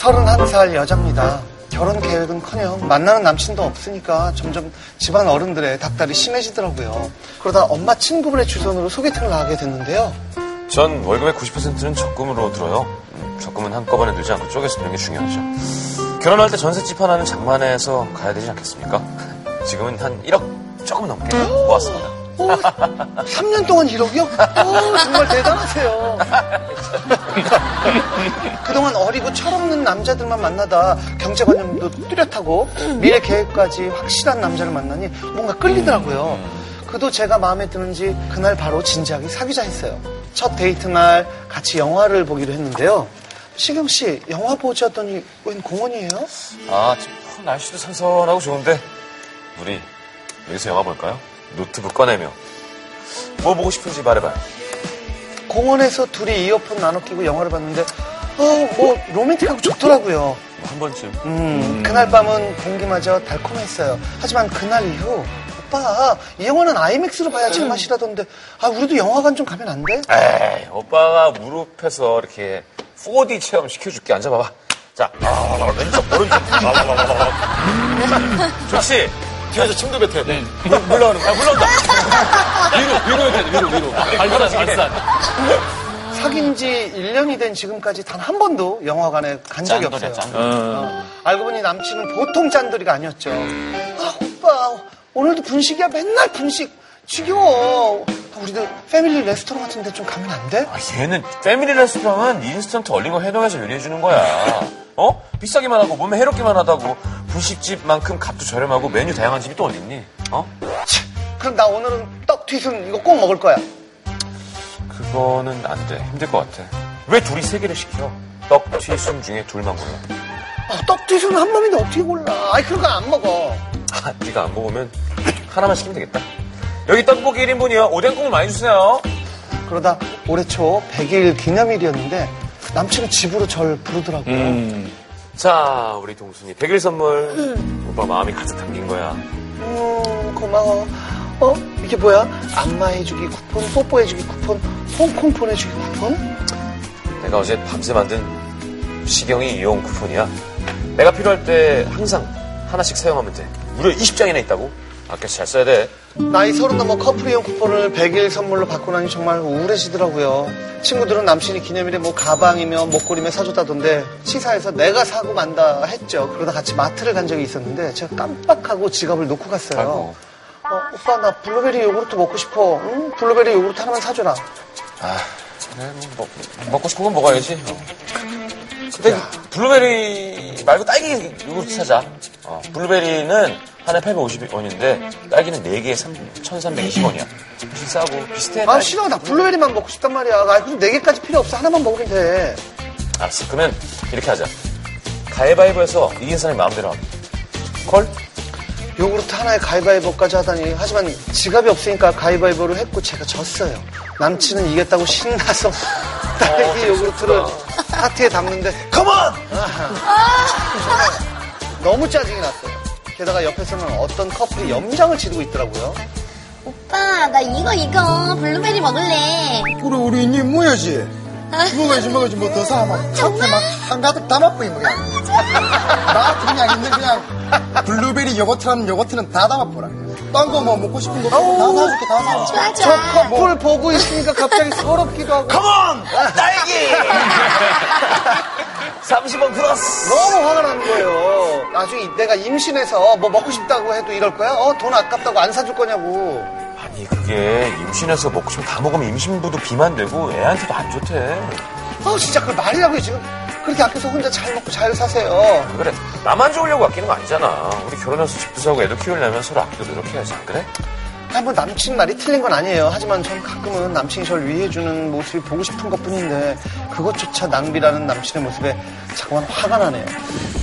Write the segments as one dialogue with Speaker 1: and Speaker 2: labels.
Speaker 1: 31살 여자입니다. 결혼 계획은커녕 만나는 남친도 없으니까 점점 집안 어른들의 닭달이 심해지더라고요. 그러다 엄마 친구분의 주선으로 소개팅을 나가게 됐는데요.
Speaker 2: 전 월급의 90%는 적금으로 들어요. 음, 적금은 한꺼번에 들지 않고 쪼개서 드는 게 중요하죠. 결혼할 때 전셋집 하나는 장만해서 가야 되지 않겠습니까? 지금은 한 1억 조금 넘게 모았습니다.
Speaker 1: 오, 3년 동안 1억이요? 오, 정말 대단하세요. 그동안 어리고 철없는 남자들만 만나다 경제관념도 뚜렷하고 미래 계획까지 확실한 남자를 만나니 뭔가 끌리더라고요.
Speaker 2: 음.
Speaker 1: 그도 제가 마음에 드는지 그날 바로 진지하게 사귀자 했어요. 첫 데이트 날 같이 영화를 보기로 했는데요. 시경 씨, 영화 보자더니 웬 공원이에요?
Speaker 2: 아, 지금 뭐 날씨도 선선하고 좋은데 우리 여기서 영화 볼까요? 노트북 꺼내며 뭐 보고 싶은지 말해봐요.
Speaker 1: 공원에서 둘이 이어폰 나눠 끼고 영화를 봤는데 어, 뭐 로맨틱하고 좋더라고요.
Speaker 2: 뭐한 번쯤.
Speaker 1: 음, 그날 밤은 공기마저 달콤했어요. 하지만 그날 이후 오빠 이 영화는 아이맥스로 봐야지
Speaker 2: 음.
Speaker 1: 그 맛이라던데 아 우리도 영화관 좀 가면 안
Speaker 2: 아.
Speaker 1: 돼?
Speaker 2: 에이, 오빠가 무릎에서 이렇게 4D 체험 시켜줄게. 앉아봐봐. 자, 아, 왼쪽, 오른쪽. 좋지? 뒤에서 침도 뱉어야 돼. 물, 물러오는 거. 아, 물러온다.
Speaker 3: 네. 위로, 위로 해야 돼, 위로, 위로. 발산, 발산.
Speaker 1: 사귄 지 1년이 된 지금까지 단 한 번도 영화관에 간 적이
Speaker 2: 짠돌이야,
Speaker 1: 없어요.
Speaker 2: 짠돌.
Speaker 3: 어.
Speaker 1: 어, 알고 보니 남친은 보통 짠돌이가 아니었죠. 아 오빠 오늘도 분식이야 맨날 분식 지겨워. 아, 우리도 패밀리 레스토랑 같은 데 좀 가면 안 돼?
Speaker 2: 아, 얘는 패밀리 레스토랑은 인스턴트 얼린 거 해동해서 요리해주는 거야. 어? 비싸기만 하고 몸에 해롭기만 하다고 분식집만큼 값도 저렴하고 메뉴 다양한 집이 또 어디 있니? 어?
Speaker 1: 치, 그럼 나 오늘은 떡 튀순 이거 꼭 먹을 거야.
Speaker 2: 그거는 안 돼. 힘들 것 같아. 왜 둘이 세 개를 시켜? 떡, 튀순 중에 둘만 골라.
Speaker 1: 아, 떡 튀순은 한 몸인데 어떻게 골라? 아이 그런 거 안 먹어.
Speaker 2: 아, 네가 안 먹으면 하나만 시키면 되겠다. 여기 떡볶이 1인분이요. 오뎅국물 많이 주세요.
Speaker 1: 그러다 올해 초 100일 기념일이었는데 남친은 집으로 절 부르더라고요.
Speaker 3: 음.
Speaker 2: 자, 우리 동순이 100일 선물. 오빠 마음이 가득 담긴 거야.
Speaker 1: 음, 고마워. 어? 이게 뭐야? 안마해주기 쿠폰, 뽀뽀해주기 쿠폰, 홍콩 보내주기 쿠폰?
Speaker 2: 내가 어제 밤새 만든 시경이 이용 쿠폰이야. 내가 필요할 때 항상 하나씩 사용하면 돼. 무려 20장이나 있다고. 아껴서 잘 써야 돼.
Speaker 1: 나이 서른 넘어 커플 이용 쿠폰을 100일 선물로 받고 나니 정말 우울해지더라고요. 친구들은 남친이 기념일에 뭐 가방이며 목걸이며 사줬다던데 치사해서 내가 사고 만다 했죠. 그러다 같이 마트를 간 적이 있었는데 제가 깜빡하고 지갑을 놓고 갔어요.
Speaker 2: 아이고.
Speaker 1: 어, 오빠 나 블루베리 요구르트 먹고 싶어. 응? 블루베리 요구르트 하나만 사줘라.
Speaker 2: 아, 그래, 뭐, 먹, 먹고 싶은 건 먹어야지. 근데 블루베리 말고 딸기 요구르트 사자. 어, 블루베리는 하나에 850원인데 딸기는 4개에 1,320원이야. 비싸고 비슷해.
Speaker 1: 아
Speaker 2: 딸기.
Speaker 1: 싫어 나 블루베리만 먹고 싶단 말이야 아 그럼 네 개까지 필요 없어 하나만 먹으면 돼
Speaker 2: 알았어. 그러면 이렇게 하자. 가위바위보에서 이긴 사람이 마음대로 함. 콜?
Speaker 1: 요구르트 하나에 가위바위보까지 하다니 하지만 지갑이 없으니까 가위바위보를 했고 제가 졌어요 남친은 이겼다고 신나서 딸기 요구르트를 하트에 담는데 컴온 너무 짜증이 났어요 게다가 옆에서는 어떤 커플이 염장을 지르고 있더라고요
Speaker 4: 오빠, 나 이거, 이거, 블루베리 먹을래.
Speaker 5: 그래 우리 니 뭐야지 먹어야지 먹어야지 뭐 더 사막 앞에 막 한가득 뭐 담아뿌린 거야 나 그냥 있는 그냥 블루베리 요거트라면 요거트는 다 담아뿌라 딴 거 뭐 먹고 싶은 거 다 사줄게 다
Speaker 4: 좋아,
Speaker 5: 사줄게
Speaker 1: 저
Speaker 4: 좋아.
Speaker 1: 커플 보고 있으니까 갑자기 서럽기도 하고
Speaker 2: 컴온! 딸기! 30원 플러스!
Speaker 1: 너무 화가 난 거예요. 나중에 내가 임신해서 뭐 먹고 싶다고 해도 이럴 거야? 어, 돈 아깝다고 안 사줄 거냐고.
Speaker 2: 아니, 그게 임신해서 먹고 싶으면 다 먹으면 임신부도 비만되고 애한테도 안 좋대.
Speaker 1: 어, 진짜 그걸 말이라고 해, 지금. 그렇게 아껴서 혼자 잘 먹고 잘 사세요.
Speaker 2: 그래, 나만 좋으려고 아끼는 거 아니잖아. 우리 결혼해서 집도 사고 애도 키우려면 서로 아끼고 노력해야지, 안 그래?
Speaker 1: 아, 뭐 남친 말이 틀린 건 아니에요. 하지만 전 가끔은 남친이 저를 위해주는 모습이 보고 싶은 것 뿐인데, 그것조차 낭비라는 남친의 모습에 자꾸만 화가 나네요.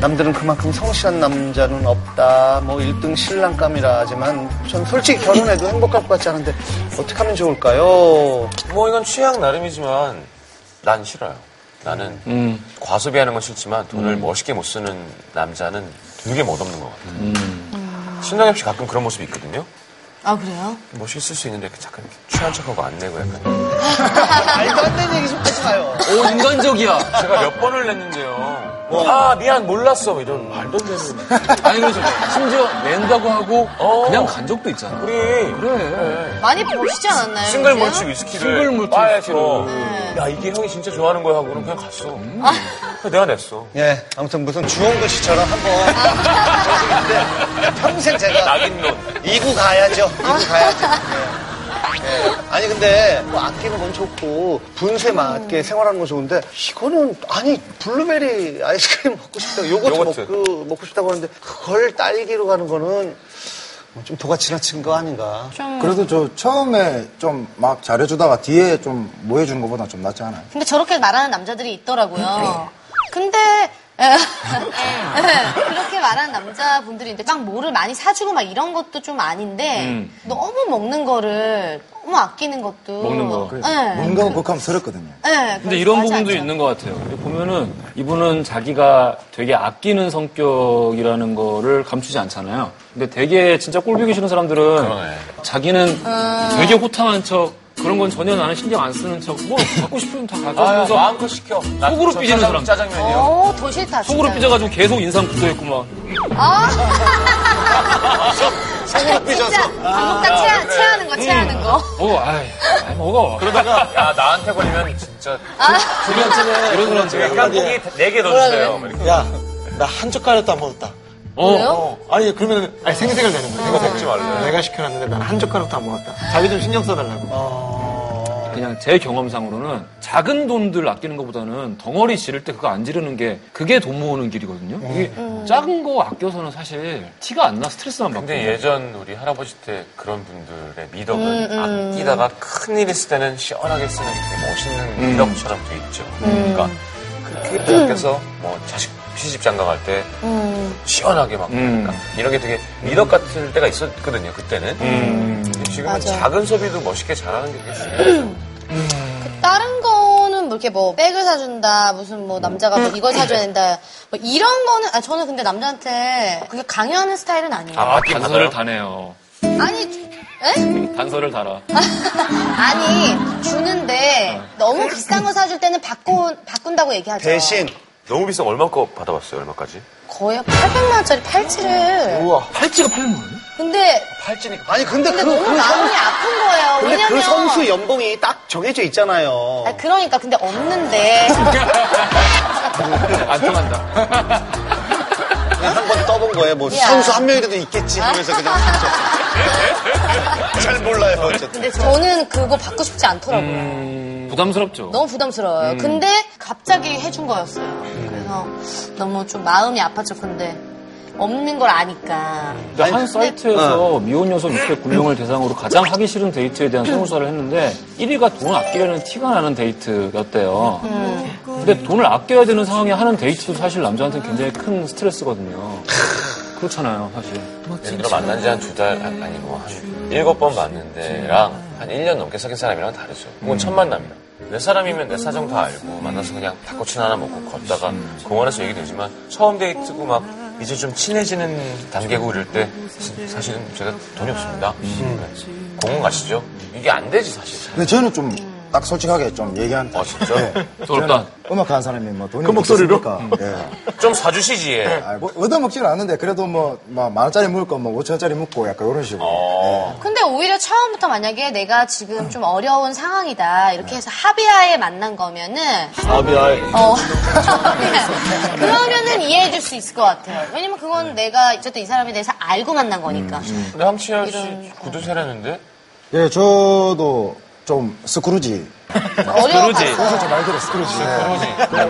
Speaker 1: 남들은 그만큼 성실한 남자는 없다, 뭐 1등 신랑감이라 하지만, 전 솔직히 결혼해도 행복할 것 같지 않은데, 어떻게 하면 좋을까요?
Speaker 2: 뭐 이건 취향 나름이지만 난 싫어요. 나는 과소비하는 건 싫지만 돈을 멋있게 못 쓰는 남자는 되게 멋없는 것 같아요. 신동엽 씨 가끔 그런 모습이 있거든요.
Speaker 4: 아, 그래요?
Speaker 2: 멋있게 쓸 수 있는데 이렇게 잠깐 이렇게 취한 척하고 안 내고 약간
Speaker 1: 말도 안 되는 얘기 좀 하지 마요.
Speaker 3: 오, 인간적이야.
Speaker 2: 제가 몇 번을 냈는데요. 아 미안 몰랐어 뭐 이런 말도 안 되는
Speaker 3: 아니 그래서 심지어 낸다고 하고
Speaker 2: 어.
Speaker 3: 그냥 간 적도 있잖아.
Speaker 2: 우리
Speaker 3: 그래.
Speaker 4: 많이 보시지 않았나요?
Speaker 2: 싱글
Speaker 4: 요즘?
Speaker 2: 몰트 위스키를
Speaker 3: 싱글 몰트
Speaker 2: 바에서 음.
Speaker 4: 네.
Speaker 2: 야 이게 형이 진짜 좋아하는 거야 하고는 그냥 갔어 그래서 내가 냈어
Speaker 1: 예, 아무튼 무슨 주홍글 씨처럼 한번 저기인데 평생 제가
Speaker 2: 낙인론
Speaker 1: 이구 가야죠.
Speaker 4: 아.
Speaker 1: 이구 가야죠. 예. 예. 아니 근데 뭐 아끼는 건 좋고 분세
Speaker 4: 음.
Speaker 1: 맞게 생활하는 건 좋은데 이거는 아니 블루베리 아이스크림 먹고 싶다 요거트,
Speaker 2: 요거트.
Speaker 1: 먹고 먹고 싶다고 하는데 그걸 딸기로 가는 거는 뭐좀 도가 지나친 거 아닌가?
Speaker 5: 그래도 저 처음에 좀 막 잘해주다가 뒤에 좀 뭐 해주는 것보다 좀 낫지 않아요?
Speaker 4: 근데 저렇게 말하는 남자들이 있더라고요.
Speaker 3: 네.
Speaker 4: 근데 예. 예. 그렇게 말하는 남자분들이 있는데 막 뭐를 많이 사주고 막 이런 것도 좀 아닌데 너무 먹는 거를 너무 아끼는 것도
Speaker 3: 음. 먹는 거.
Speaker 5: 그래서
Speaker 4: 예.
Speaker 5: 뭔가 극하면 서럽거든요.
Speaker 4: 예.
Speaker 3: 근데 이런
Speaker 4: 맞아,
Speaker 3: 부분도
Speaker 4: 맞아.
Speaker 3: 있는 것 같아요. 근데 보면은 이분은 자기가 되게 아끼는 성격이라는 거를 감추지 않잖아요. 근데 되게 진짜 꼴보기 싫은 사람들은 자기는
Speaker 4: 아.
Speaker 3: 되게 호탕한 척 그런 건 전혀 나는 신경 안 쓰는 척 뭐 갖고 싶으면 다
Speaker 2: 아,
Speaker 3: 가져오면서
Speaker 2: 마음껏 시켜 나
Speaker 3: 속으로
Speaker 2: 저
Speaker 3: 삐지는
Speaker 2: 짜장-
Speaker 3: 사람.
Speaker 2: 짜장면이요
Speaker 4: 어, 더 싫다.
Speaker 3: 속으로
Speaker 4: 진짜로.
Speaker 3: 삐져가지고 계속 인상 굳어있고 막
Speaker 4: 속으로 삐져서. 밥 먹다
Speaker 3: 아.
Speaker 4: 체하, 체하는 거, 체하는 거.
Speaker 3: 어, 아이, 아이, 먹어.
Speaker 2: 그러다가 야 나한테 걸리면 진짜
Speaker 3: 이런 사람
Speaker 2: 제가 깐고기 4개 넣어주세요 막 이렇게.
Speaker 6: 야, 나 한 젓가락도 안 먹었다.
Speaker 3: 어,
Speaker 4: 왜요?
Speaker 6: 어, 아니, 그러면, 아니, 생색을 내는 거야. 생각
Speaker 2: 먹지 말래.
Speaker 6: 내가 시켜놨는데 난 한 젓가락도 안 먹었다. 자기 좀 신경 써달라고.
Speaker 3: 그냥 제 경험상으로는 작은 돈들 아끼는 것보다는 덩어리 지를 때 그거 안 지르는 게 그게 돈 모으는 길이거든요. 이게 작은 거 아껴서는 사실 티가 안 나 스트레스만 받고.
Speaker 2: 근데 예전 우리 할아버지 때 그런 분들의 음, 미덕은 아끼다가 큰일 있을 때는 시원하게 쓰는 되게 멋있는 미덕처럼 돼 있죠. 그러니까 그렇게 밖에서 뭐 자식 시집 장가 갈 때 시원하게 막
Speaker 3: 음.
Speaker 2: 그러니까 이런 게 되게 미덕 같을 때가 있었거든요. 그때는. 근데 지금은
Speaker 4: 맞아.
Speaker 2: 작은 소비도 멋있게 잘하는 게 되게 중요해요.
Speaker 4: 다른 거는 뭐 이렇게 뭐 백을 사준다 무슨 뭐 남자가 뭐 이걸 사줘야 된다 뭐 이런 거는 아 저는 근데 남자한테 그게 강요하는 스타일은 아니에요.
Speaker 3: 아,
Speaker 2: 맞긴
Speaker 3: 단서를
Speaker 2: 받아요?
Speaker 3: 다네요.
Speaker 4: 아니 에?
Speaker 3: 단서를 달아.
Speaker 4: 아니 주는데 너무 비싼 거 사줄 때는 바꾼 바꾼다고 얘기하죠.
Speaker 1: 대신
Speaker 2: 너무 비싼 거 얼마 거 받아봤어요? 얼마까지?
Speaker 4: 거의 800만 원짜리 팔찌를
Speaker 3: 팔찌가 팔리는 거예요?
Speaker 4: 근데
Speaker 1: 아니 근데
Speaker 4: 근데
Speaker 1: 그,
Speaker 4: 너무
Speaker 1: 그 선,
Speaker 4: 마음이 아픈 거예요.
Speaker 1: 근데
Speaker 4: 왜냐면
Speaker 1: 그 선수 연봉이 딱 정해져 있잖아요.
Speaker 4: 아, 그러니까 근데 없는데
Speaker 3: 안 통한다.
Speaker 1: 한 번 떠본 거예요. 뭐
Speaker 4: 그렇죠. 야.
Speaker 1: 선수 한 명이라도 있겠지 하면서 그냥 잘 몰라요 어쨌든.
Speaker 4: 근데 저는 그거 받고 싶지 않더라고요.
Speaker 3: 음, 부담스럽죠.
Speaker 4: 너무 부담스러워요. 근데 갑자기 해준 거였어요. 그래서 너무 좀 마음이 아팠죠. 근데 없는 걸 아니까.
Speaker 3: 근데 그러니까 한 사이트에서 미혼 여성 609명을 대상으로 가장 하기 싫은 데이트에 대한 설문조사를 했는데 1위가 돈 아끼려는 티가 나는 데이트였대요. 근데 돈을 아껴야 되는 상황에 하는 데이트도 사실 남자한테는 굉장히 큰 스트레스거든요. 그렇잖아요, 사실.
Speaker 4: 뭐
Speaker 2: 얘들아 만난 뭐 지 한 두 달, 아니 뭐, 한 일곱 번 만는데랑 한 1년 넘게 사귄 사람이랑 다르죠. 그건 첫 만남이야. 내 사람이면 내 사정 다 알고 만나서 그냥 닭꼬치 하나 먹고 걷다가 공원에서 얘기 되지만 처음 데이트고 막 이제 좀 친해지는 단계고 이럴 때 시- 사실은 제가 돈이 없습니다. 네. 공원 가시죠. 이게 안 되지 사실.
Speaker 5: 근데 저는 좀 딱 솔직하게 좀 얘기한. 예.
Speaker 2: 아 진짜?
Speaker 3: 더럽다.
Speaker 5: 음악하는 사람이 뭐 돈이 그 목소리로?
Speaker 2: 좀 사주시지. 얘.
Speaker 5: 아, 뭐, 얻어먹지는 않는데, 그래도 뭐, 뭐, 만 원짜리 묵을 거뭐 5천 원짜리 묵고 약간 이런 식으로.
Speaker 2: 어.
Speaker 4: 아, 근데 오히려 처음부터 만약에 내가 지금 좀 어려운 상황이다 이렇게 해서 합의하에 만난 거면은
Speaker 6: 아비알.
Speaker 4: 어 그러면은 이해해줄 수 있을 것 같아요. 왜냐면 그건 내가 어쨌든 이 사람에 대해서 알고 만난 거니까.
Speaker 2: 근데 함치아 씨 구두 세라는데?
Speaker 5: 예, 저도 좀 스크루지.
Speaker 4: 어려워
Speaker 3: 그러지.
Speaker 4: 봤어요.
Speaker 5: 말 그대로 스크루지.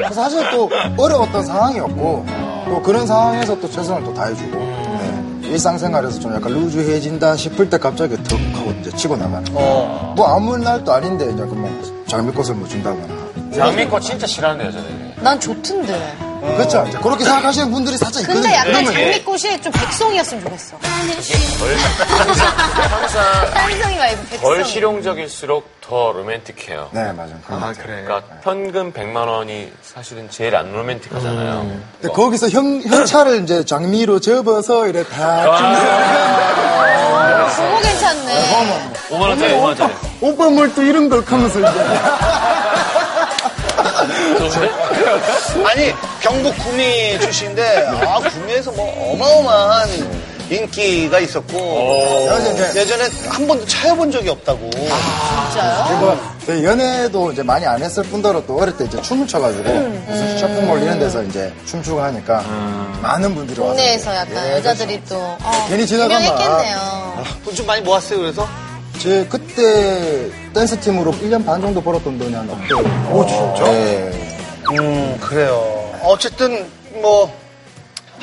Speaker 5: 네. 사실 또 어려웠던 상황이었고, 또 그런 상황에서 또 최선을 또 다해주고, 네. 일상생활에서 좀 약간 루즈해진다 싶을 때 갑자기 턱 하고 이제 치고 나가는. 뭐 아무 날도 아닌데, 약간 뭐, 장미꽃을 뭐 준다거나.
Speaker 2: 장미꽃 진짜 싫어하는 여자네.
Speaker 4: 난 좋던데.
Speaker 5: 그렇죠. 이제 그렇게 생각하시는 분들이 살짝 있거든요.
Speaker 4: 근데 약간
Speaker 5: 그러면
Speaker 4: 장미꽃이 좀 백송이었으면 좋겠어.
Speaker 2: 항상
Speaker 4: 딴송이 말고
Speaker 2: 덜
Speaker 4: 백송.
Speaker 2: 실용적일수록 더 로맨틱해요.
Speaker 5: 네, 맞아요. 그런 것 같아요.
Speaker 2: 그러니까 현금 100만 원이 사실은 제일 안 로맨틱하잖아요. 뭐
Speaker 5: 근데 거기서 형, 형차를 이제 장미로 접어서 이래 다.
Speaker 4: 그거 괜찮네.
Speaker 3: 5만원짜리, 5만원짜리.
Speaker 5: 오빠 뭘 또 이런 걸 하면서 이제.
Speaker 3: 좋은데?
Speaker 2: 네?
Speaker 1: 아니 경북 구미 출신인데 아 구미에서 뭐 어마어마한 인기가 있었고
Speaker 5: 그래서 이제
Speaker 1: 예전에 한 번도 차여본 적이 없다고
Speaker 4: 진짜요?
Speaker 5: 그리고 저희 연애도 이제 많이 안 했을 뿐더러 또 어릴 때 이제 춤을 춰가지고
Speaker 4: 음,
Speaker 5: 무슨 쇼핑몰 이런 데서 이제 춤추고 하니까 많은 분들이 와서
Speaker 4: 국내에서 약간
Speaker 5: 예,
Speaker 4: 여자들이 또 어,
Speaker 5: 괜히 지나가면
Speaker 4: 분명했겠네요.
Speaker 1: 돈 좀 많이 모았어요 그래서
Speaker 5: 제 그때 댄스 팀으로 1년 반 정도 벌었던 돈이 한 없고. 오, 진짜? 네.
Speaker 1: 음 그래요 어쨌든 뭐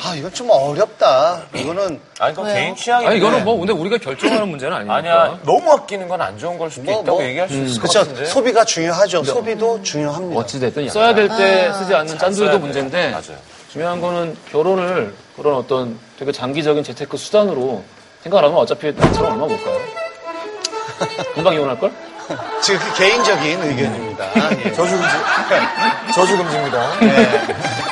Speaker 1: 아, 이건 좀 어렵다. 이거는
Speaker 2: 아니, 그건
Speaker 4: 왜요?
Speaker 2: 개인 취향인데.
Speaker 3: 아니 이거는 뭐 근데 우리가 결정하는 문제는 아니니까.
Speaker 2: 아니야, 너무 아끼는 건 안 좋은 걸 수도
Speaker 1: 뭐,
Speaker 2: 있다고
Speaker 1: 뭐.
Speaker 2: 얘기할 수 있을 것
Speaker 1: 그렇죠.
Speaker 2: 같은데. 네.
Speaker 1: 소비가 중요하죠. 소비도 중요합니다.
Speaker 3: 어찌됐든 써야 될 때 쓰지 않는
Speaker 2: 써야
Speaker 3: 짠돌이도
Speaker 2: 돼요.
Speaker 3: 문제인데
Speaker 2: 맞아요.
Speaker 3: 중요한 거는 결혼을 그런 어떤 되게 장기적인 재테크 수단으로 생각을 하면 어차피 나처럼 얼마 못 가요. 금방 이혼할걸?
Speaker 1: 지금 그 개인적인 의견입니다. 예.
Speaker 5: 저주금지. 저주금지입니다.